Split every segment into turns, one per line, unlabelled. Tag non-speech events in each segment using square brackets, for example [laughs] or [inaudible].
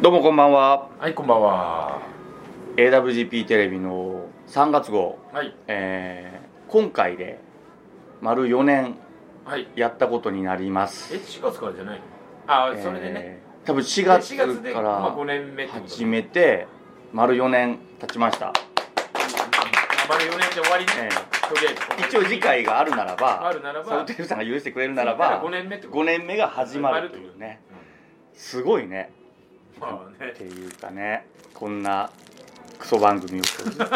どうもこんばんは
はい、こんばんは。
AWGP テレビの3月号、
はい、
えー今回で丸4年
はい。
やったことになりま
え、
す
4月からじゃないのあ、それでね。
えー多分4
4
月
で、
か
まあ、
ら
5年目ってこと
始めて丸4年経ちました、
丸4年で終わりね。
え
とりあえ
ー一
ず。
応次回があるなら
あ
ば
るならば、
サウテルさんが許してくれるならば
5年目ってこと
5年目が始まるというねすごいね
うんまあね
っ。ていうかねこんなクソ番組をずっとこ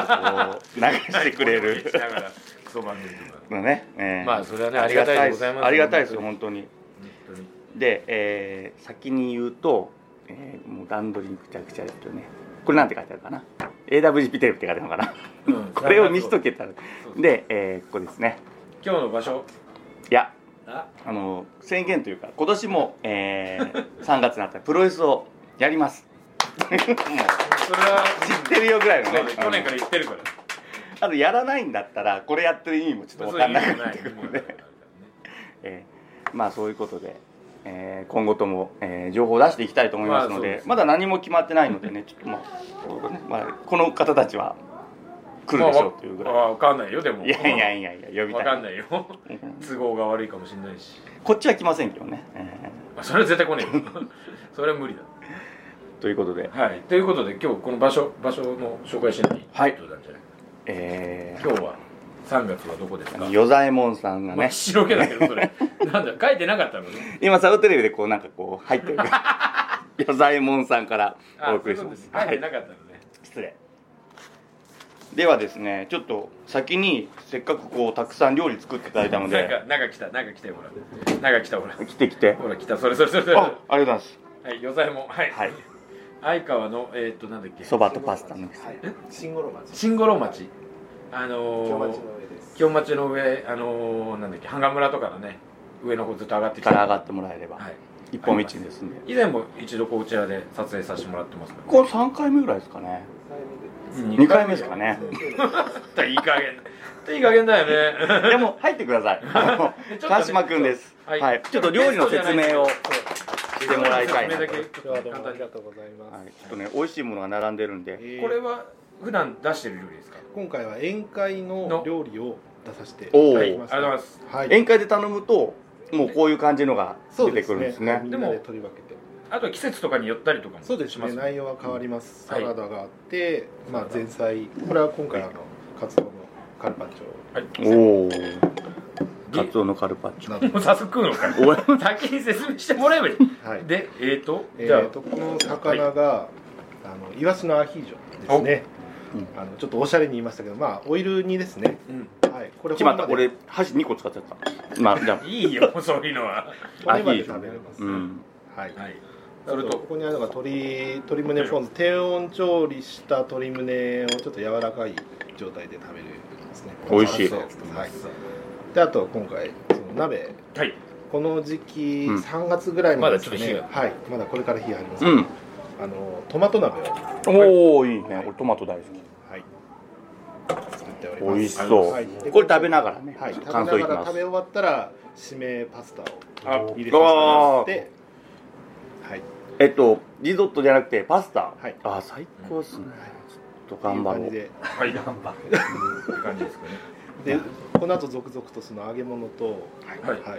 う流してくれ
何この
る
こと言いながらクソ番組とか
のね、えー
まあ、それはね、ありがたいでございます。
ありがたいですよ本当に
本当に。
で、えー先に言うと、えーもう段取りにくちゃくちゃですよねこれなんて書いてあるかな AWGP テレビって書いてあるの
[laughs]
かな
うん
これを見しとけたら
そう
で、えーここですね
今日の場所。
いや
あ、
あの宣言というか今年も、えー
[laughs]
3月になったらプロレスをやりますもう知っ
それは、
てるよぐらい
そ
の
う
ね
だね去年から言ってるから。
あのやらないんだったらこれやってる意味もちょっと分かんなくなってくるので、えーまあそういうことで、えー今後とも、えー情報を出していきたいと思いますので,、
まあそう
ま
ですね
だ何も決まってないのでねちょっとまあこうねまあこの方たちは来るでしょうというぐ
ま
ら
あわかんないよでも
いいやいやいやいや呼び
わ
た
か
い
んないよ都合が悪いかもしれないし
こっちは来ませんけどね、え
まあそれは絶対来ね
[laughs]
えよそれは無理だ
ーということで、
はいということで今日この場所場所の紹介しない
はい
どうだったんじゃない
え
今日は3月はどこですか
ー、与左衛門さんが
まあ
ね
白毛だけどそれ [laughs] なんだ書いてなかったの
[laughs]
ね
今サウテレビでこうなんかこう入ってる
[laughs]
与左衛門さんからお
あ
送
そ
り
うい
し
うこと
ま
ですす書
はい
てなかったのね
失礼ではですねちょっと先にせっかくこうたくさん料理作っていただいたの
[laughs] なん
で
かなんか来たなんか来たよほらなんか来た
[laughs]
ほら
来て来て
ほら来たそれそれそれそれ
あありがとうございます
はい与左衛門はい
はい
相川のえーっとなんだっけ
そばとパスタの
はい、新五郎町、
新五郎町あ
京
の
町
ー
の上です。
京町の上あのーなんだっけ半村とかのね上の方ずっと上がってき
か
て
ら上がってもらえれば、
はい
一本道ですんで
以前も一度こちらで撮影させてもらってますから
これ3回目ぐらいですかね
2
2回目ですかね
いい加減いい加減だ
[laughs]
よね
でも入ってくださいあの [laughs]
ちょっとね
川島くんですはい、ちょっと料理の説明を、は
して
もらいたいな
な
と
こ
今日はどうもありがとうございます。
い、ちょっとね美味しいものが並んでるんで
えー
れは普段出してる料理ですか
今回は宴会の料理を出させてい
おー
ただ
はいありが
きまし
と
た。
うございます
はい、
宴会で頼むともうこういう感じのが
そ
出
う
てく
です
るん
ね。
ですね
みんなで取り分けて。
あとは季節とかに寄ったりとかも
そうです
しま
ね。
す
内容は変わります。
は
サ
い
ラダがあって、まあ前菜、これは今回あのカツオのカルパッチ
はい
おお
ぎ
カツオのカルパッチ
ョ
ョ
など。
もう早速食うのか
おい
[laughs] 先に説明してもらえばいい
はい。
でえーと
え
じゃあ
ー、とこの魚が、あのイワシのアヒージョですね
おうん。
あのちょっとおしゃれに言いましたけど、まあオイル煮ですね。
うん
はい。これ
決まった
本場で
俺箸2個使っちゃったまあじゃ
いいよ [laughs] そういうのは
骨まで食べれます。
あうん
はい。
はい
そ
そ
れ
れ
と
と
ここにあるのが鶏鶏胸ポン酢低温調理した鶏胸をちょっと柔らかい状態で食べるですね
美味しい
そうはい、であと今回その鍋
はい
この時期
うん
3月ぐらいまでですね、
まだちょっと
はいまだこれから火が入ります、
うん
あのトマト鍋をは
おおいいね俺トマト大好き
い作っております
美味しそう
はい、で
これ食べながらね、
はい食べな
感想いき
がら
ま
食べ
す
終わったら締めパスタ
あ
を入れさせてもらってはい
えっとリゾットじゃなくてパスタ、
はい
あ最高っすね、
い
ちょっと頑張ろ
っていう感
う
じ
は
で
い頑張っていう感じですかね
でこの後続々とその揚げ物と
はい
はい、ちょっと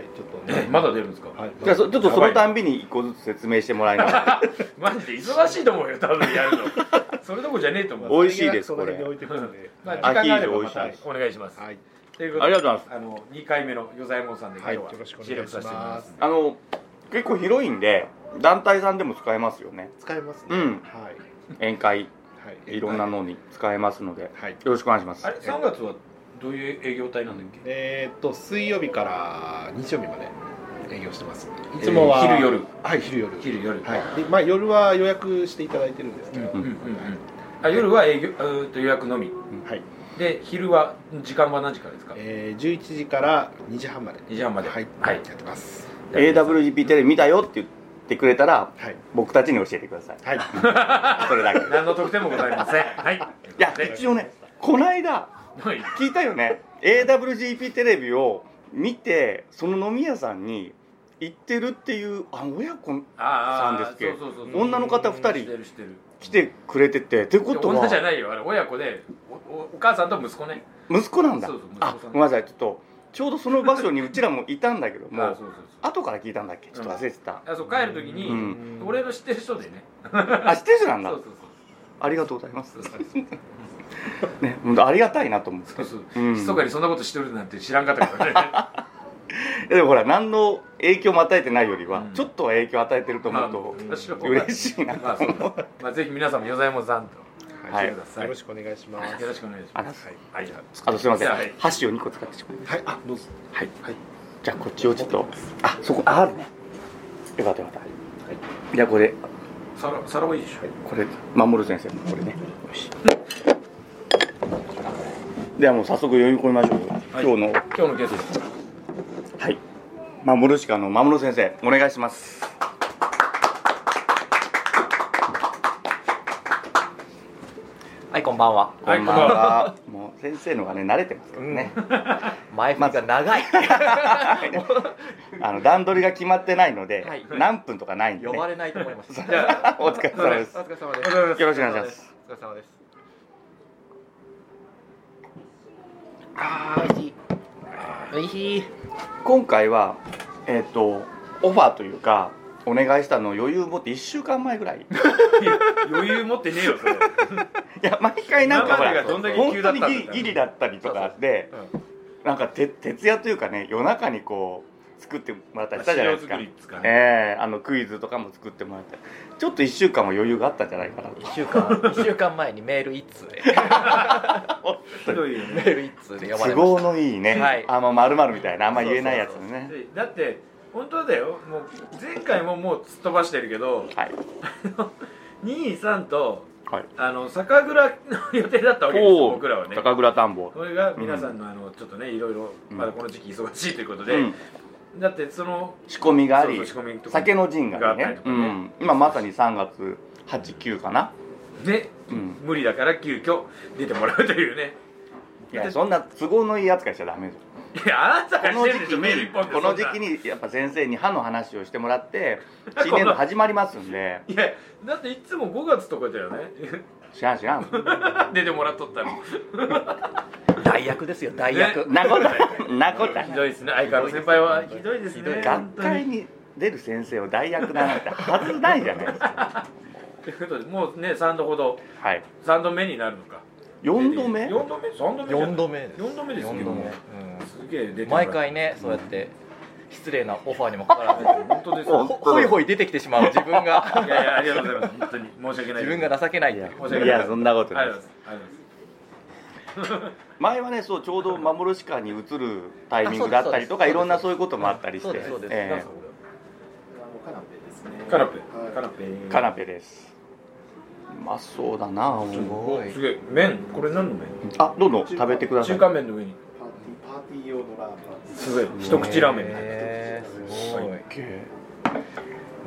え
ね。
まだ出るんですか、
はい。
じゃあそちょっとそのたんびに一個ずつ説明してもらいながら
マジで忙しいと思うよ多分やるのそれどころじゃねえと思う
お美味しいです
その
こ
辺
れ
に置いてくので
まあ、時
は
あ
い
間があれば
ア
ま
ヒージョ
た
美味しい
お願いします、
はい。
という
あ
こと
りが
で
とうございます
あの2回目の与左衛門さんで今日は
はいよろしくお願い
収録させてもらいます
し
あの結構広いんで団体さんでも使えますよね
使えますね。
うん
はい。
宴会
はい。
いろんな。のに使えますのでよ
はい。
ろしくお願いします
あれ3月はどういう営業体なんだっけ、
えーっと水曜日から日曜日まで営業してます。いつもは
えー昼夜
はい昼夜
昼夜
はい。でまあ夜は予約していただいてるんですけど。
うんうんうんあ夜は営業うーんと予約のみ
はい。
で昼は時間は何時からですか
えー11時から2時半まで。
2時半まで
はい。
はい
やってます。
じゃあ皆さん
AWGP テレビ見たよって言っってくれたら
はい
僕たちに教えてください
はい
それ
[laughs]
だけい
何の特典もございませんはい
や一応ねこの間
[laughs] はい
聞いたよね AWGP テレビを見てその飲み屋さんに行ってるっていうあ親子
ああ
さんですっけ
そうそうそう
女の方二人
してるしてる
来てくれててってこと
女じゃ
は
ないよあれ親子でおおお母さんと息子ね
息子なんだ
そうそう息子さん
あごめんなさいちょっとちょうどその場所にうちらもいたんだけど
あ
も
[laughs] そうそうそう
後から聞いたんだっけちょっと忘れてた
あそう帰る時に、
うん
俺の知ってる人でね
あ知ってる人なん
そ
だ
うそう
ありがとうございます
そうそうそう
ね本当ありがたいなと思って
そうそう、
うん
密かにそんなことしてるなんて知らんかったからね
でもほら何の影響も与えてないよりは、
うん
ちょっとは影響与えてると思う
ま
と
あ私の方が
嬉しいな、
まあそうまあぜひ皆さんもよざいもさんと
は
来
い
てください、
よろしくお願いします
よろしくお願いし
あ
ます
ら
は
はい
い
じゃ
あとすいません、
はい
箸を2個使ってしまう
あはいあどうぞ
はい、
はい
じゃあこっちをちょっとあそこああるねよかったよかった、じゃあこれ
皿皿はいいでしょ、
これ守る先生のこれねよしではもう早速読み込みましょうよ、
はい
今日の
今日のゲストです
はい守るしかの守る先生お願いします
はい、こんばんは。
はい
こんばんはもう先生のがね慣れてますけどね、
前振りが長い。
あの段取りが決まってないので、
はい
何分とかないんで、
呼ば
ね、
れないと思います。
じゃあ
お疲れ様です
お疲れ様で
よ
す。
よろしくお願 [laughs] いします。
お疲れ様です。
あーいい
おいしい。
今回はえっ、とオファーというかお願いしたのを余裕を持って1週間前
[laughs]
ぐらいい
余裕持ってねえよそれ
や毎回なんかほ
生
ら
がどんだけ
本
急だ
当
った
に
んだ
ギリギリだったりとかでなんかて徹夜というかね夜中にこう作ってもらったりしたじゃないですか
資料作りっつうかね
ええあのクイズとかも作ってもらったりちょっと1週間は余裕があったんじゃないかな
一週間、一週間前にメール一通で、
ひどいよね
メール一通で呼ばれ
都
まし
合のいいね、
はい
あんま丸々みたいなあんま言えないやつね
でだって本当だよもう前回ももう突っ飛ばしてるけど
はい
23と
はい
あの酒蔵の予定だったわけですよ僕らはね
高倉田んぼ
これが皆さんのあのちょっとねいろいろ
うん
まだこの時期忙しいということ
う
で
ん
だってその
仕込みがあり
そうそう仕込みとか
酒の陣が
があった
ね
りと
う
かね
ん、今まさに3月89かな、
ね
うん、
無理だから急遽出てもらうというね
いやそんな都合のいい扱いしちゃダメです
いやあなたが
こ
し
の時
てるで
期
しょメール一
に
本で
この時期
に
にやっぱ先生に歯の話をしてもら
[laughs]
って新年度始まりますんで
いやだっていつも5月とかだよね [laughs]
知らん知らん
出てもらっとったの
た。代役ですよ、代役。
なことないなことない
[laughs] ひどいですね相変わらず先輩はひどいですね
学会に出る先生を代役だなんてはずないじゃないですか
ということでもうね3度ほど
はい
3度目になるのか
4度目
4度目3度目
四度目です
4度目ですけどもすげえ出てもらう
毎回ね、そうやって失礼なオファーにもかかわらず、
本当ですよ
ほほいほい出てきてしまう自分
い [laughs] や
が、
いやありがとうございます本当に申し訳ない
自分が情けないっていう。
申し訳ない
いやそんなこと
あ
ない
りが
で
とうございますすありがとうございます
前はねそうちょうど守る間に移るタイミングだったりとか
あそうです
いろんなそういうこともあったりして
そうですそうです
ええ
カナペカナペ
カナペですうまそうだな
すごい
す。げえ麺これ何の麺
あどんどん食べてくださ
中
い
華麺の上に
パーティーパーティー用のラーメンです
すごい一口ラーメンみたいな
へーすごい。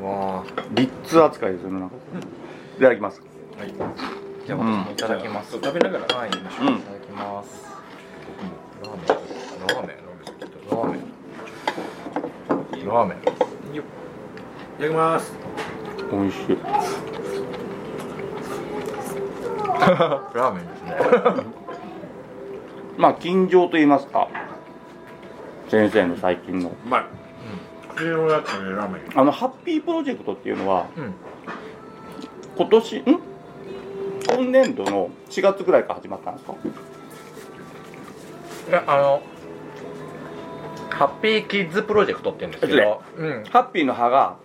わリッツ扱いですよねなんかいただきます
じゃあ、私もいただきます。
そう食べながら
はい、いた
う
だ
ん
きます。ラーメン、ラーメン、ラーメン、ラーメン。
いただきます
美味しい
ラーメンですね。
まあ近情と言いますか先生の最近の
うまい口のやつねラーメン
あのハッピープロジェクトっていうのは
うん。
今年ん今年度の4月ぐらいから始まったんですか
いや、あの。ハッピーキッズプロジェクトって言うんですけど。うん。
ハッピーの歯が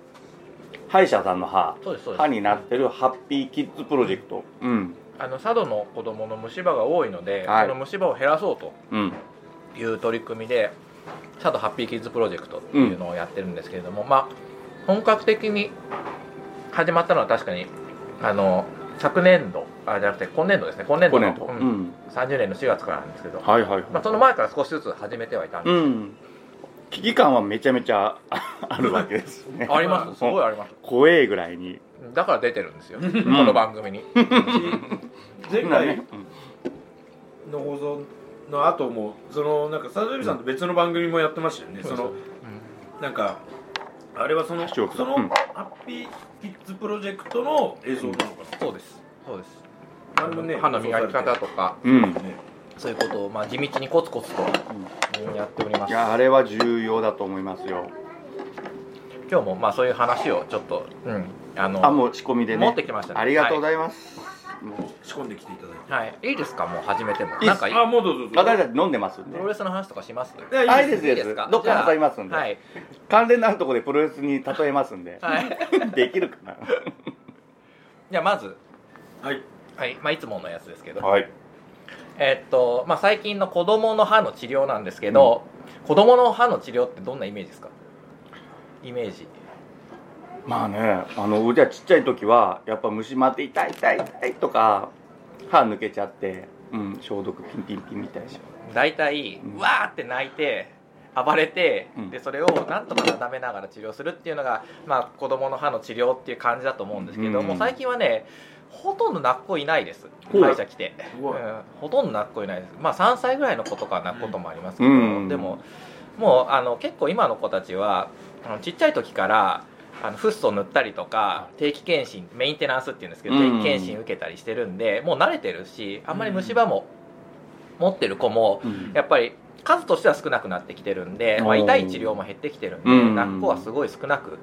歯医者さんの歯
そうです、そうです。
歯になってるハッピーキッズプロジェクトうん
あの佐渡の子供の虫歯が多いので、
はい
その虫歯を減らそうと
うん
いう取り組みで。佐渡ハッピーキッズプロジェクトっていうのをやってるんですけれども、まあ。本格的に。始まったのは確かに。あの。昨年度、あ、じゃなくて、今年度ですね。今年
去
度の。
年とう
うん
ん
30年の4月からなんですけど、
はいはいはい
まあ、その前から少しずつ始めてはいたんで
う
す、
ん危機感はめちゃめちゃ [laughs] ああるわけですね
ありますすごいあります
怖えぐらいに
だから出てるんですよ、この番組に
前
な
回の放送の後もそのなんかサドビさんと別の番組もやってましたよね、そのなんかあれはその
視聴者
その
うん
ハッピーキッズプロジェクトの映像なのか
そうですそうです
な、あれもね
歯の磨き方とか
うん、うん、
そういうことを、まあ、地道にコツコツとやっておりま
い
す
やあれは重要だと思いますよ
今日もまあそういう話をちょっと、うん、あの
あもう仕込みでね
持ってきましたね
ありがとうございます、もう
仕込んできていただい
はい、いいですかもう始めても
いいっす
なんか
てあもうどうぞどうぞ
私たち飲んでますん
プ
で
ロレスの話とかします
いや
あ
い
いいで
いで
すすいいですどっか挟みますんで、
はい、
関連のあるところでプロレスに例えますんで、
はい、
[laughs]
[laughs]
できるか
じゃあまず、
はい
はいまあ、いつものやつですけど、
なはい
えーっとまあ、最近の子どもの歯の治療なんですけど、子どもの歯の治療ってどんなイメージですかイメージ
まあねあのうちはちっちゃい時はやっぱ虫待って痛い痛い痛いとか歯抜けちゃって、うん、消毒ピンピンピンみたいな
大体、
うん
わーって泣いて暴れて、
うん
でそれをなんとかなだめながら治療するっていうのが、まあ、子どもの歯の治療っていう感じだと思うんですけど、
うん
もう最近はねほとんど泣く子いないです
ほう
歯医者来て、
す
う
ごい
ん、ほとんど泣く子いないですまあ3歳ぐらいの子とかは泣くこともありますけど、
うん
でももうあの結構今の子たちはあのちっちゃい時からあのフッ素塗ったりとか定期検診メンテナンスっていうんですけど
うん
定期検診受けたりしてるんでもう慣れてるしあんまり虫歯も持ってる子も
うん
やっぱり数としては少なくなってきてるんで、まあ、
おー
痛い治療も減ってきてるんで
うん
泣く子はすごい少なく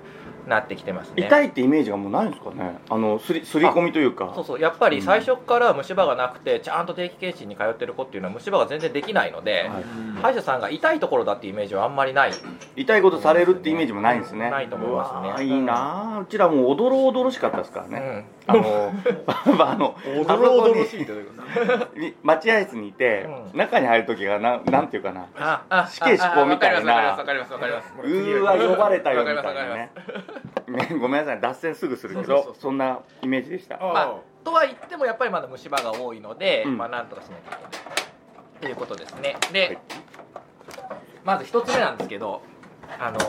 なってきてますね。
痛いってイメージがもうないんですかねあのすりすり込みというか
そうそうやっぱり最初から虫歯がなくてちゃんと定期検診に通ってる子っていうのは虫歯が全然できないので、
はい
歯医者さんが痛いところだっていうイメージはあんまりない
痛いことされるってイメージもないんですね
ないと思いますね
うわーいいなーうちらもうおどろおどろしかったですからね、あの [laughs] まああの
うん、
あそこに
いってどういうこと
に [laughs] 待合室にいて、
う
中に入る時がななんていうかな
ああ
死刑執行みたいな
あわかりますわかりますわか
う
ります
ーわ呼ばれたよ
わ
み
かり
た
ます
い
わかり
な
ます
ねねごめんなさい脱線すぐするけど
そ
そう
そうそうん
なイメージでした
あ
まあとは言ってもやっぱりまだ虫歯が多いので、
うん
まあなんとかしなきゃいけないということですねで、
はい
まず一つ目なんですけどあの
あ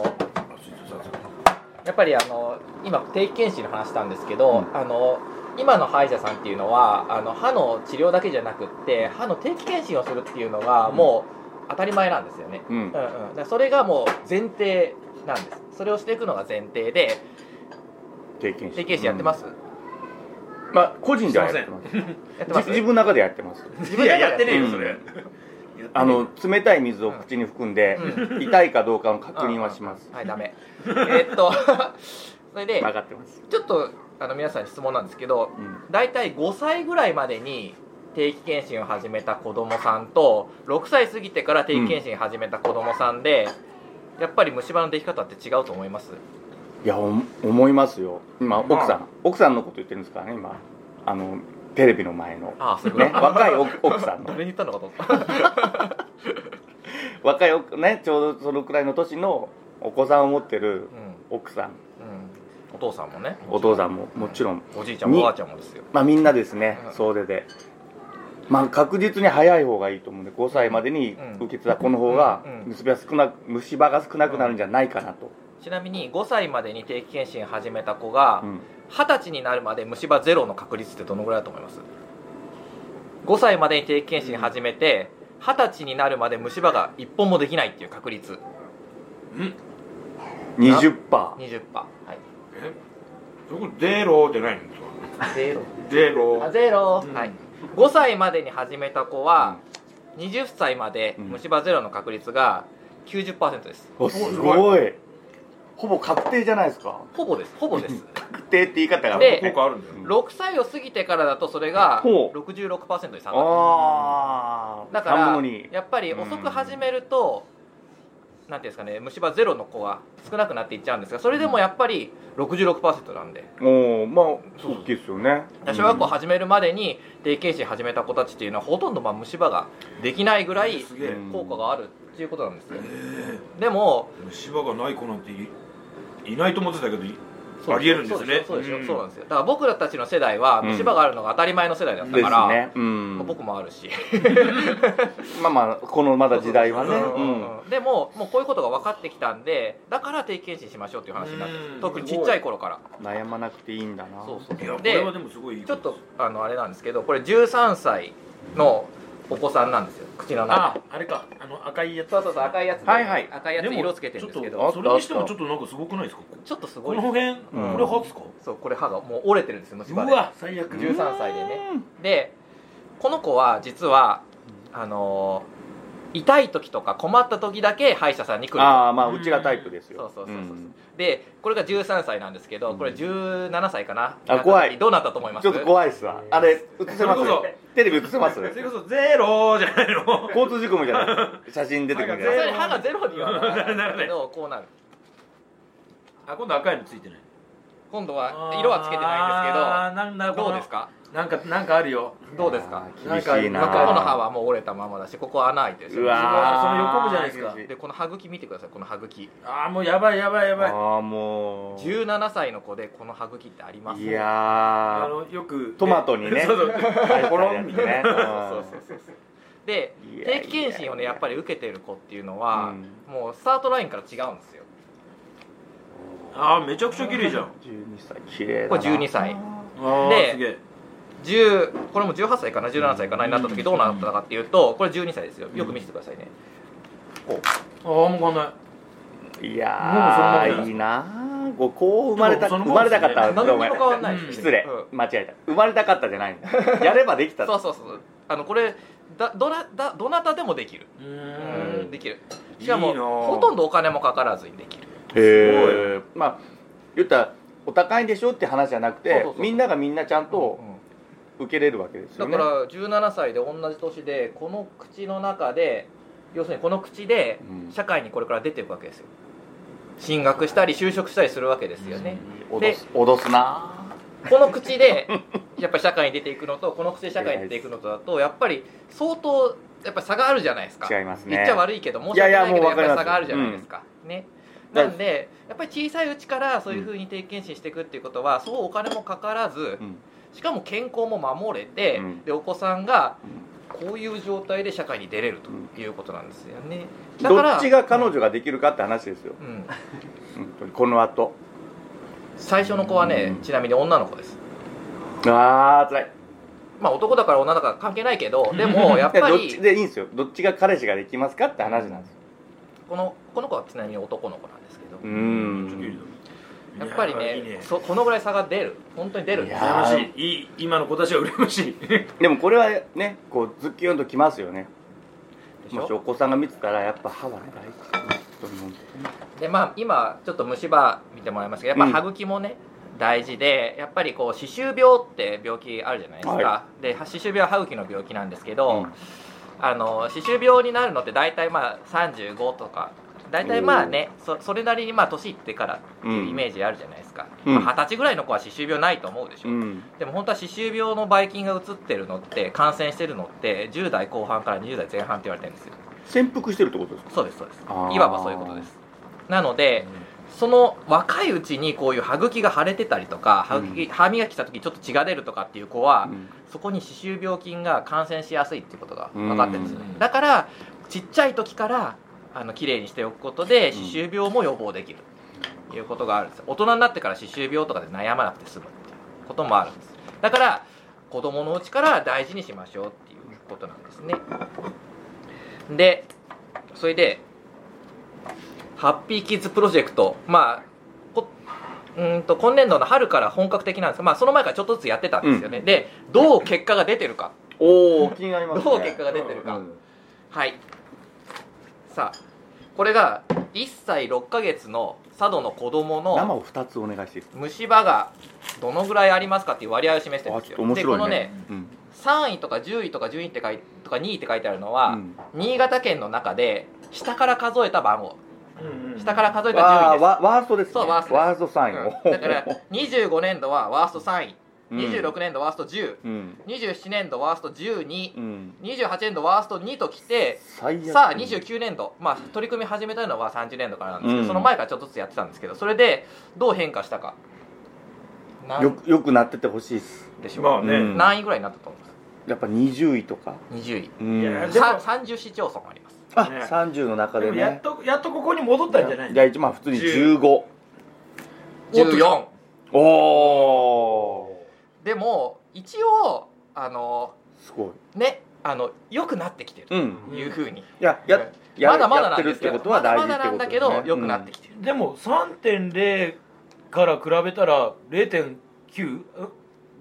すいませんすいま
やっぱりあの今定期検診の話したんですけど、あの今の歯医者さんっていうのはあの歯の治療だけじゃなくって歯の定期検診をするっていうのがもう当たり前なんですよね、
う
うん
ん
うん、だからそれがもう前提なんですそれをしていくのが前提で
定期検、
定期検診やってますす、
うんまあ個人ではやってます
やっ
自
てま
分
す
自分の中でやってます
自
せんいややってねえ
う
よ
ん
それ、
あの冷たい水を口に含んで、
う
痛いかどうかの確認はします、
はいダメえーっと [laughs] それで
分かってます、
ちょっとあの皆さんに質問なんですけど
うん
大体5歳ぐらいまでに定期検診を始めた子どもさんと6歳過ぎてから定期検診始めた子どもさんで、やっぱり虫歯のでき方って違うと思います
いやお思いますよ今
まあ
奥さん奥さんのこと言ってるんですからね今あのテレビの前の
ああすごい
ね、若い奥奥さんの
誰に言ったのかと思った
若い奥ねちょうどそのくらいの年のお子さんを持ってる
うん、
奥さん
うん、お父さんもね
お父さんももちろん
おじいちゃんもおばあちゃんもですよ
まあみんなですね
うん
総出でまあ確実に早い方がいいと思うんで5歳までに
うん
受けてた子の方が
うん
虫歯少なく虫歯が少なくなるんじゃないかなと、
ちなみに5歳までに定期検診始めた子が
うん
二十歳になるまで虫歯ゼロの確率ってどのぐらいだと思います5歳までに定期検診始めて二十歳になるまで虫歯が一本もできないっていう確率
20パー
20%はい
えそこゼロじゃないんですか
ゼロ
ゼロ
[laughs] あゼロ、
うん
はい5歳までに始めた子は、20歳まで虫歯ゼロの確率が90%です、
おすごいほぼ確定じゃないですか
ほぼですほぼです
確定って言い方が
で
効果あるんだよ、
うん
6歳を過ぎてからだとそれが
ほう
66%に下がる
ああ
だから
分の2
やっぱり遅く始めると、なんていうんですかね虫歯ゼロの子は少なくなっていっちゃうんですがそれでもやっぱり66%なんで
おおまあ大きいですよね
小学校始めるまでに定期検診始めた子たちっていうのはほとんどまあ虫歯ができないぐらい
すげえ
効果があるっていうことなんですよでも
虫歯がない子なんていいないと思ってたけどいありえるんですね
そうでしょそうでしょ
う
そ
ん
うなんですよだから僕らたちの世代は
うん
虫歯があるのが当たり前の世代だった
で
か
す
ら、
ね、うん、
僕もあるし
まあまあこのまだ時代はね
そうそうそう
うん
うんでももうこういうことが分かってきたんでだから定期検診しましょうっていう話になってるんです
うん
特にちっちゃい頃から
悩まなくていいんだな
そうそう
いやこ
で
れはでもすごいいい
ちょっ
こと
あのあれなんですけどこれ13歳のお子さんなんですよ口の
とあ
中
あれかあの赤いやつ
そうそうそう赤いやつで
はいはい
赤いやつ
で
で
も
色つけてるんですけ
ちょ
ど
っとそれにしてもちょっとなんかすごくないですか
ちょっとす
こ
ごい
の辺、
うん
これ初か
そうこれ歯がもう折れてるんですよ虫
う
歯で
わ最悪
13歳でねでこの子は実はあのー痛い時とか困った時だけ歯医者さんに来る
ああまあうちがタイプですよ
そうそうそうそうそうんでこれが13歳なんですけどこれ17歳かな
あ怖い
なった時どうなったと思います
ちょっと怖いっすわあれ映せます
それこそ
テレビ映せます
それこそゼロじゃないの
交通事故みたい
[laughs]
な写真出てくるんじゃな
そ
い
ゼロ
れ歯がゼロに
[laughs]
はならないけどこうなる
あ今度赤いのついてない
今度は色はつけてな
あーなんだ
い
こ
んですけど
の
どうですか
なんかなんかあるよ
どうですか
あー厳しいな
ここの歯はもう折れたままだしここは穴開いてるし
うわー
その横もじゃないですか
厳し
でこの歯茎見てくださいこの歯茎
ああもうやばいやばいやばい
ああもう
17歳の子でこの歯茎ってあります
いや
あ
ー
のよく
トマトにね
そうそう
コロンみたいなやつね
[laughs] そうそうそうそうで
うんいやいやいや
定期検診をねやっぱり受けてる子っていうのは、もうスタートラインから違うんですよ
ああめちゃくちゃ綺麗じゃん
12歳綺麗だな
これ12歳
あ
で
あすげえ
10これも18歳かな17歳かなになった時どうなったかっていうとこれ12歳ですよよく見せてくださいね、
ああもうわかんない
いや
もうそんなもん
ー
だ
いいなーごこう生まれた
でもその
生
も
ま
ん
れ
ですね
たかった
何
ご
も
めん
変わんない、
うん
失礼
う
間違えた生まれたかったじゃないんだ
[laughs]
やればできた
んそうそうそうあのこれだどなだどなたでもできる
う
う
ー
ん
ん
できるしかも
いいなあ
ほとんどお金もかからずにできる
へえまあ言ったらお高いでしょって話じゃなく
そう
て
そうそう
みんながみんなちゃんと
うん
受けれるわけですよ
だ
ね
から17歳で同じ年でこの口の中で要するにこの口で
うん
社会にこれから出ていくわけですよ進学したり就職したりするわけですよね、
脅す脅すな
この口でやっぱり社会に出ていくのとこの口で社会に出ていくのとだとやっぱり相当やっぱ差があるじゃないですか
違いますね
言っちゃ悪いけど申し訳ないけ
いやいやもう
どやっ
わ
ぱ
かり
り
ます
差があるじゃないですか、ね
だ
なんでやっぱり小さいうちからそういうふうに定期検診していくっていうことは、そうお金もかからず
うん
しかも健康も守れて、
うん
でお子さんがこういう状態で社会に出れるということなんですよね、だ
ど
から
っちが彼女ができるかって話ですよ
うん、
本当にこの後
最初の子はね
うん
ちなみに女の子です
ああつらい
まあ男だから女だから関係ないけど
[laughs]
でもやっ
いや
ぱ
どっち
り
でいいんですよどっちが彼氏ができますかって話なんですよ
このこの子はちなみに男の子なんですけど、
うん
やっぱりね
いいね
そこのぐらい差が出る本当に出るんですよ
いや
羨ましいいい今の子たちは羨ましい
でもこれはねこうズッキュンときますよね
でし
もしお
ょ
子さんが見てたらやっぱ歯はね大事だなと思うんで
でまあ今ちょっと虫歯見てもらいますけどやっぱ歯茎もね、大事でやっぱりこう歯周病って病気あるじゃないですか、
は
で歯周病は歯茎の病気なんですけど、
うん
あの歯周病になるのって大体まあ35とか大体まあねそそれなりにまあ年いってからっていうイメージあるじゃないですか
うん
まあ二十、歳ぐらいの子は歯周病ないと思うでしょ、
うん
でも本当は歯周病のばい菌が移ってるのって感染してるのって10代後半から20代前半って言われてるんですよ
潜伏してるってことですか
そうですそうです
あー
いわばそういうことですなのでその若いうちにこういう歯茎が腫れてたりとか歯茎、歯磨きした時ちょっと血が出るとかっていう子は、そこに歯周病菌が感染しやすいっていうことが分かってるんですよね
うん
だからちっちゃい時からあの綺麗にしておくこと
ん
で歯周病も予防できるということがあるんです大人になってから歯周病とかで悩まなくて済むっていうこともあるんですだから子供のうちから大事にしましょうっていうことなんですねでそれでハッピーキッズプロジェクトまあこうーんと今年度の春から本格的なんですが、まあ、その前からちょっとずつやってたんですよね、でどう結果が出てるか
おお気になりますね
どう結果が出てるか、
うん
はいさあこれが1歳6ヶ月の佐渡の子供
生
の
を二つお願いしていいです
虫歯がどのぐらいありますかっていう割合を示してる
かあ
んで
ち
す
ょっ
よ
と面
でこの
白いね
ね
うん
3位とか10位とか順位って書いとか2位って書いてあるの
う
は、
ん
新潟県の中で下から数えた番号
うんうん
下から数えた順
わー
位です
わワーストですね
そうワーストです
ワースト3位
うんだから25年度はワースト3位
うん
26年度ワースト
[laughs] うん
1027年度ワースト1228
うん
年度ワースト2ときて
最悪
さあ29年度、まあ、取り組み始めたのは30年度からなんですけど、
うん
その前からちょっとずつやってたんですけどそれでどう変化したか何
よくよくなっててほしいです
でしょう、
まあね、
うん
何位ぐらいになったと思いま
やっぱ20位とか、
す20位
うん、
やでも
さ30市町村あります
あ
ね
30の中
で
で
もやっ
ね
とやっとここに戻ったんじゃない
じゃあ一まあ普通に15
14
おお
でも一応あの
ーすごい
ねあの良くなってきてる
うん
というふうに、
いややや
まだまだ
や
な
って
ん
る
で
っ
すけ
て
ど
ことは大事って
まだまだなん
こと
だ
で
け
すね
ど良くなってきてる、
でも3.0から比べたら0.9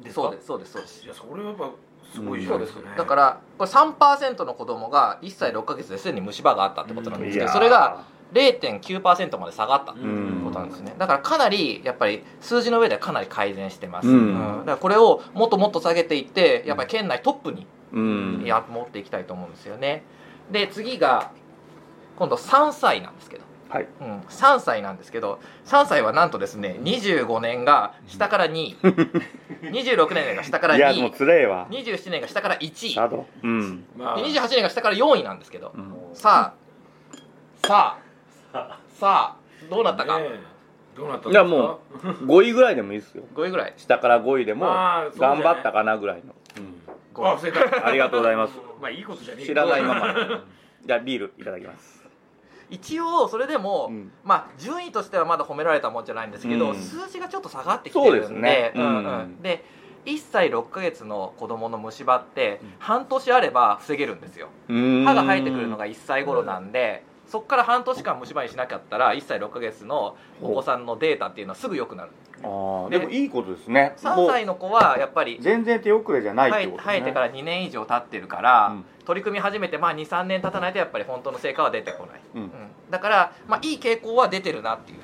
ですか
そうですそうですそうです
いやそれはやっぱすごいじゃ
そ
な
う
いで
で
す
す
かね、
だからこれ3%の子供が1歳6ヶ月ですでに虫歯があったってことなん
うん
です
い
け
や
ど
ー
それが0.9%まで下がったって
う
ことなんですねだからかなりやっぱり数字の上ではかなり改善してます、
う
うんんだからこれをもっともっと下げていってやっぱり県内トップに
うん
や持っていきたいと思うんですよねで次が今度3歳なんですけど、
はい
うん、3歳なんですけど3歳はなんとですね25年が下から2位
[laughs]
26年が下から
いやも
2
う
位
つれえわ
27年が下から1位
あとうん
まあ
で28年が下から4位なんですけど
うん
さあさあさあどうなったか、
ねえどうなったん
いやも5位ぐらいでもいいですよ
5位ぐらい
下から5位でも
まあそうだよ
頑
ね
張ったかなぐらいの、
五位
あ正解
ありがとうござい
[laughs]
ます
まあいいことじゃねえ
知らないま
ま
まじゃあビールいただきます、
一応それでも、
うん
まあ順位としてはまだ褒められたもんじゃないんですけ
う
ど、
ん
数字がちょっと下がってきてるんで
そうですね
うんうん
うん
で1歳6ヶ月の子供の虫歯って
うん
半年あれば防げるんですよ歯が生えてくるのが1歳頃なんで、そこから半年間虫歯にしなかったら1歳6ヶ月のお子さんのデータっていうのはすぐ良くなる
あーでもいいことですね
3歳の子はやっぱり
もう全然手遅れじゃないっ
生え
てことです
生
ね
えてから2年以上経ってるから、
うん
取り組み始めて、まあ、23年経たないとやっぱり本当の成果は出てこない、
うん
だから、まあ、いい傾向は出てるなっていう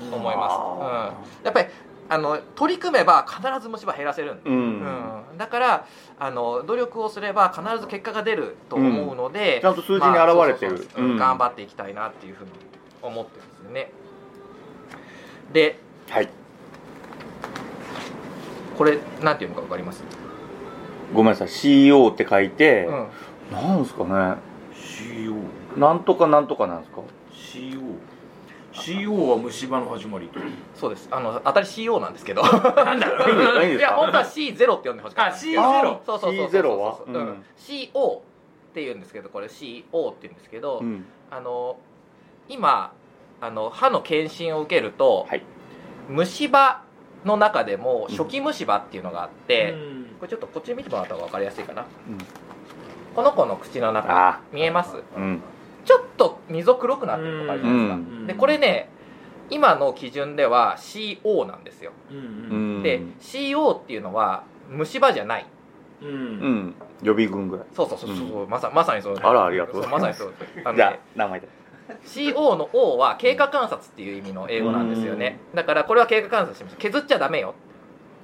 ふうに思い
あ
ます、うんやっぱりあの取り組めば必ず虫歯減らせるんで、
うん、
うんだからあの努力をすれば必ず結果が出ると思うので、
ちゃんと数字に
まあ
表れてる、
そうそうそううん頑張っていきたいなっていうふうに思ってるんですよねで
はい
これなんていうのか分かります、
ごめんなさい CO って書いて、
うん
なんですかね
CO
なんとかなんとかなんですか
CO CO は虫歯の始まり
そうですあの当たり CO なんですけど
な
いいん
んだ
ですかいいん
い
です
や
か
本当は C ゼロって呼んでほしかったんですけど
あ C0
あー
そうそうそう
C0 は
そうそうそう
う
うんん CO って言うんですけどこれ CO って言うんですけど、
うん
あの今あの歯の検診を受けると、
はい
虫歯の中でも初期虫歯っていうのがあって、
うん
これちょっとこっち見てもらった方が分かりやすいかな
うん
この子の口の中
あ
見えます
ーうん
ちょっと溝黒くなってるの分かるじゃないですか、
うん
でこれね今の基準では CO なんですよ
うん
う
うん
ん
で、CO っていうのは虫歯じゃない
うん
うん、予備軍ぐらい
そうそうそうそう、まさまさにそう
あらありがとうご
そ
ざ
う
い
ま
ます
さにそうあの
じゃあ
ね
名前で
CO の O は経過観察っていう意味の英語なんですよねだからこれは経過観察します削っちゃダメよ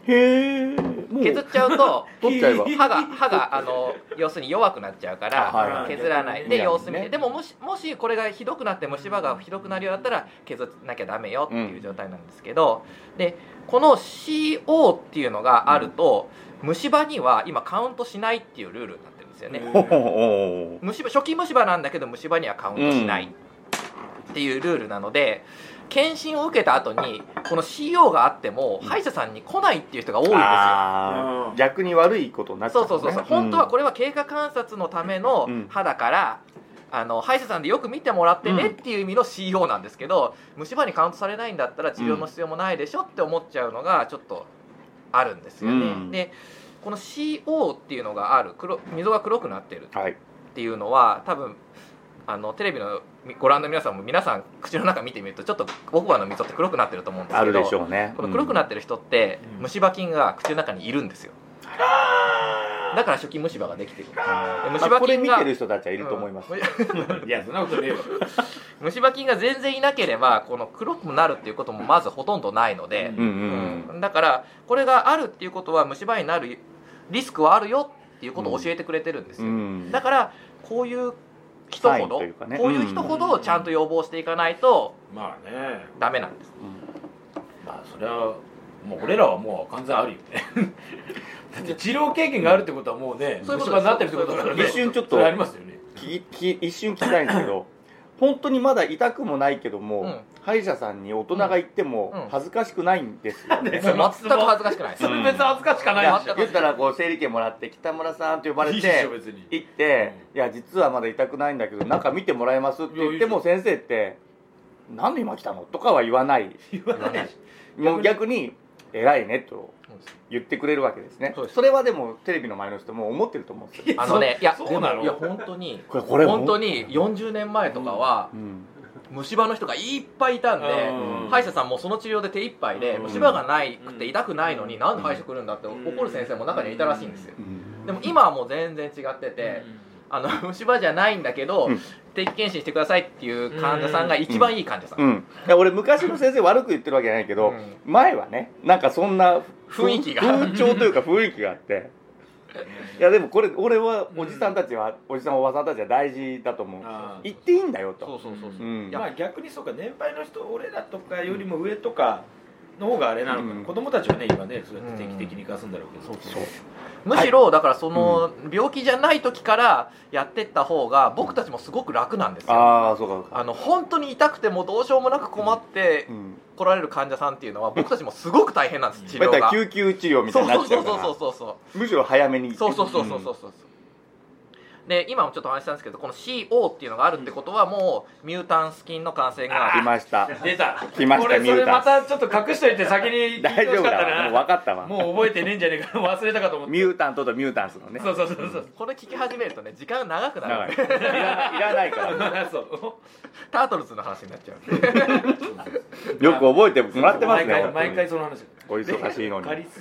へえもう
削っちゃう
[laughs]
と
取っ
[laughs]
ちゃえば
[laughs] 歯が歯があの要するに弱くなっちゃうか
あはい
ら
はい
削らない
い
で
や
様子見
ね
てでももしもしこれがひどくなって虫歯がひどくなるようだったら削らなきゃダメよっていう状態なんですけどでこの CO っていうのがあると虫歯には今カウントしないっていうルールになってるんですよね
おーおー
虫歯初期虫歯なんだけど虫歯にはカウントしないっていうルールなので、検診を受けた後にこの CO があっても歯医者さんに来ないっていう人が多いんですよ。
あ
う
ー
ん
逆に悪いことになっちゃ
そうそうそうそう、本当はこれは経過観察のための
うん
歯だから、あの歯医者さんでよく見てもらってねっていう意味の CO なんですけど、虫歯にカウントされないんだったら治療の必要もないでしょって思っちゃうのがちょっとあるんですよね。
うん
でこの CO っていうのがある黒溝が黒くなってる
れはい
っていうのは多分あのテレビのご覧の皆さんも皆さん口の中見てみるとちょっと奥歯の溝って黒くなってると思うんです
あ
け
る
ど
でしょうね
この黒くなってる人って、
うん
虫歯菌が口の中にいるんですよだから初期虫歯ができてる
うん
虫歯菌が
これ見てる人たちはいると [laughs] 思います、
うん
い [laughs] やそんなことねえわ
虫歯菌が全然いなければこの黒くなるっていうこともまずほとんどないので、
うんうんう
うんんだからこれがあるっていうことは虫歯になるリスクはあるよっていうことを教えてくれてるんです
う
よ、
ん
だからこういう人
サイ
ほ
ンと
ど
いうかね
こういう人ほどちゃんと予防していかないと
まあね
ダメなんです、
まあそれはもう俺らはもう完全あるよね [laughs] だって治療経験があるってことはもうね
そういう
虫
こと
歯になってるってことだからね
一瞬ちょっと
それありますよね
きき一瞬聞きたいんですけど本当にまだ痛くもないけども、
うん
歯医者さんに大人が行って
うんう
も
ん
恥ずかしくないんですよね、
全く恥ずかしくないです、
うん
別恥ずかしかない
うん
し
全く
言ったらこう整理券もらって北村さんと呼ばれ
いい
て
でしょ別に
行って、いや実はまだ痛くないんだけど中見てもらえますって言っても先生って「なんで今来たの?」とかは言わない
言わないし
もう逆に「偉いね」と言ってくれるわけですね
そう
そ
です
れはでもテレビの前の人も思ってると思うんで
[laughs]
すよ
あのねいや
そうなの
でもいや本当に
これこれ
本当に40年前とかは
うん
虫歯の人がいっぱいいたんで、
うん
歯医者さんもその治療で手一杯で
うん
虫歯がないくて痛くないのに
うん
なんで歯医者来るんだって怒
ん
る先生も中にはいたらしいんですよ
うん
でも今はもう全然違っててあの虫歯じゃないんだけど
うん
定期検診してくださいっていう患者さんが一番いい患者さん、
うんいや俺昔の先生悪く言ってるわけじゃないけど、
うん
前はねなんかそんな
雰囲気が
風潮というか雰囲気があっていやでもこれ俺はおじさんたちは、おじさんおばさんたちは大事だと思う
あー
言っていいんだよと
そうそうそうそう、
うん
まあ逆にそうか年配の人俺らとかよりも上とかの方があれなのかな、
うん
子供たちはね今ねそうやって定期的に行かすんだろうけど、
そう
むしろだからその病気じゃない時からやってった方が僕たちもすごく楽なんですよ
ああそうかそうか
あの本当に痛くてもどうしようもなく困って
うん
来られる患者さんっていうのは僕たちもすごく大変なんです治
こうや
療
ったら
が
救急治療みたい
そ
に
う
なっ
そう
ちゃ
そうう
か
そう
ら
そうそう
むしろ早めに
そうそうそうそうそうそうそうで今もちょっとお話ししたんですけどこの CO っていうのがあるってことはもうミュータンス菌の感染が
来ました
出た
来ました
これそ
ミュ
れ
ータ
ま
ン
たちょっと隠しといて先に聞いてほ
大丈
し
夫
かっ
だ
た
わも
な
う分かったわ
もう覚えてねえんじゃねえかな忘れたかと思っ
ミ
て
ュータントとミュータンスのね
そうそうそうそう
これ聞き始めるとね時間が長くな
長
る
いいらないいらないから
そう
タートルズの話になっちゃう
よく覚えてもらってますね
毎回毎回その話
お忙しいのに
カリス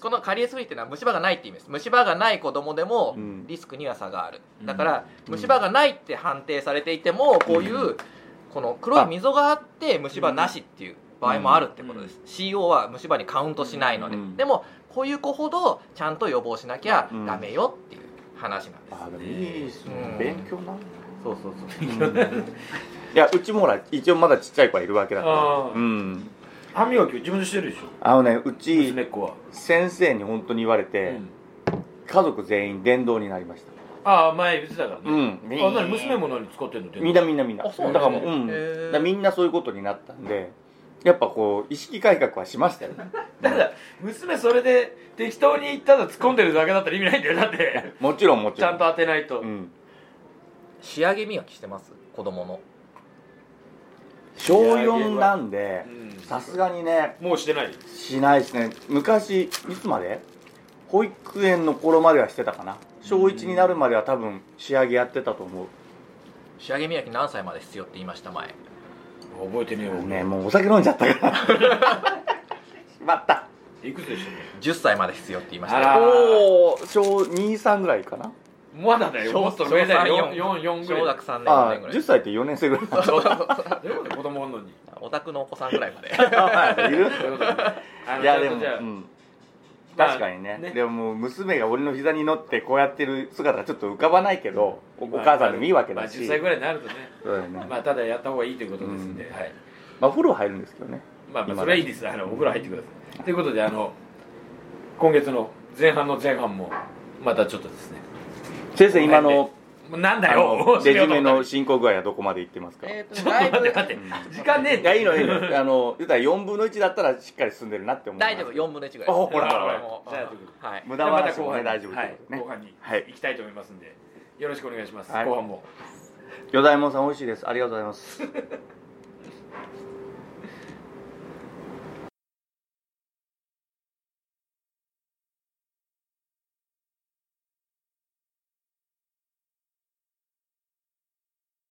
このカリエスフリーっていうのは虫歯がないって意味です虫歯がない子供でも
うん
リスクには差がある、
うん
だから虫歯がないって判定されていてもこういう、この黒い溝があって虫歯なしっていう場合もあるってことです、CO は虫歯にカウントしないので、
うん
でもこういう子ほどちゃんと予防しなきゃダメよっていう話なんです、
あでもいいですね
うん
勉強なんだ
そうそうそう
いやうちもほら一応まだちっちゃい子はいるわけだから
あ
う
ー
ん
歯磨きを自分でしてるでしょ
あのねうち
娘っ子は、
先生に本当に言われて、
うん
家族全員電動になりました
ああ前言ってたからね、
ん
あ何娘も何使ってんのって
みんなみんなみんな
あそうなん
だ
で
から
す
も
ね
う、うん、だ
へー
からみんなそういうことになったんでやっぱこう意識改革はしましたよね
ただ娘それで適当にただ突っ込んでるだけだったら意味ないんだよだって
もちろんもち
ち
ろん
ゃんと当てないと、
うん、
仕上げ磨きしてます子供の
小4なんで
うん
さすがにね
もうしてない
しないですね昔いつまで保育園の頃まではしてたかな小1になるまでは多分仕上げやってたと思
仕上げ磨き何歳まで必要って言いました前
覚えてねえよ
うねもうお酒飲んじゃったからしまった
いくつでしたっ
10歳まで必要って言いました
あら
おお小23ぐらいかな
けまだだよもっと上だよ
小
44ぐらい
小学3年4
あ
年ぐ
あ
らい
10歳って4年生ぐらい
[laughs]
そうそうそう
どういうこと子供おんのに
オタクのお子さんぐらいまで
あいる
そういうことねあの
いやでも、
ちゃんとじゃあ
うん、
まあ
確かにね,、
ね
でももう娘が俺の膝に乗ってこうやってる姿がちょっと浮かばないけど、おお母さんでもいいわけだし、
まあ、10歳ぐらいになるとね
そうだよね
まあただやった方がいいということですんで、
うん
はい
まあお風呂入るんですけどね
まあまあそれはいいですあのお風呂入ってくださいということであの今月の前半の前半もまたちょっとですね
先生今の
[laughs] もうなんだ
あ
よ
のレジュメの
ち
進行具合はどこまでいってますか、
えーと
ょっと
だ
待
い
って
ぶ
待って時間ねえん
い
だ
や
よ
いいのいいのあの言ったら4分の1だったらしっかり進んでるなって思います
大丈夫4分の1ぐらいです
あほらほらほら
もう
じゃあ
はい
無駄話もね大丈夫って
はい
ことね、
後半に
はい
行きたいと思いますんでよろしくお願いします
はい
後半も
よだいもんさん美味しいですありがとうございます